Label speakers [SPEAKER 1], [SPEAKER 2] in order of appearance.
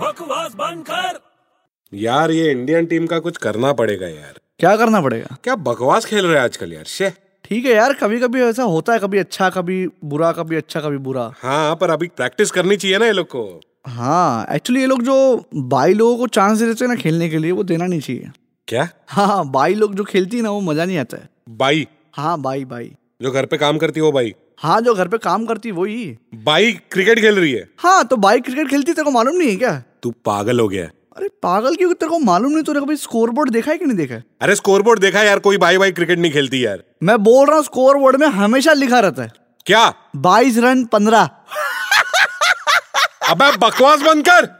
[SPEAKER 1] बकवास बंद कर
[SPEAKER 2] यार ये इंडियन टीम का कुछ करना पड़ेगा यार
[SPEAKER 3] क्या करना पड़ेगा
[SPEAKER 2] क्या बकवास खेल रहे हैं आजकल यार शे
[SPEAKER 3] ठीक है यार कभी कभी ऐसा होता है कभी अच्छा कभी बुरा कभी अच्छा कभी बुरा
[SPEAKER 2] हाँ पर अभी प्रैक्टिस करनी चाहिए ना ये लोग को
[SPEAKER 3] हाँ एक्चुअली ये लोग जो बाई लोगों को चांस दे देते हैं ना खेलने के लिए वो देना नहीं चाहिए
[SPEAKER 2] क्या
[SPEAKER 3] हाँ हाँ बाई लोग जो खेलती है ना वो मजा नहीं आता है
[SPEAKER 2] बाई
[SPEAKER 3] हाँ बाई बाई
[SPEAKER 2] जो घर पे काम करती हो बाई
[SPEAKER 3] हाँ जो घर पे काम करती है, वो ही
[SPEAKER 2] बाई क्रिकेट खेल रही है
[SPEAKER 3] हाँ तो बाई क्रिकेट खेलती है, तेरे को मालूम नहीं है क्या
[SPEAKER 2] तू पागल हो गया है।
[SPEAKER 3] अरे पागल क्यों तेरे को मालूम नहीं तूने कभी स्कोर बोर्ड देखा है कि नहीं देखा है
[SPEAKER 2] अरे स्कोरबोर्ड देखा है यार कोई बाई बाई क्रिकेट नहीं खेलती यार
[SPEAKER 3] मैं बोल रहा हूँ स्कोर बोर्ड में हमेशा लिखा रहता है
[SPEAKER 2] क्या
[SPEAKER 3] बाईस रन पंद्रह
[SPEAKER 2] अबे बकवास बंद कर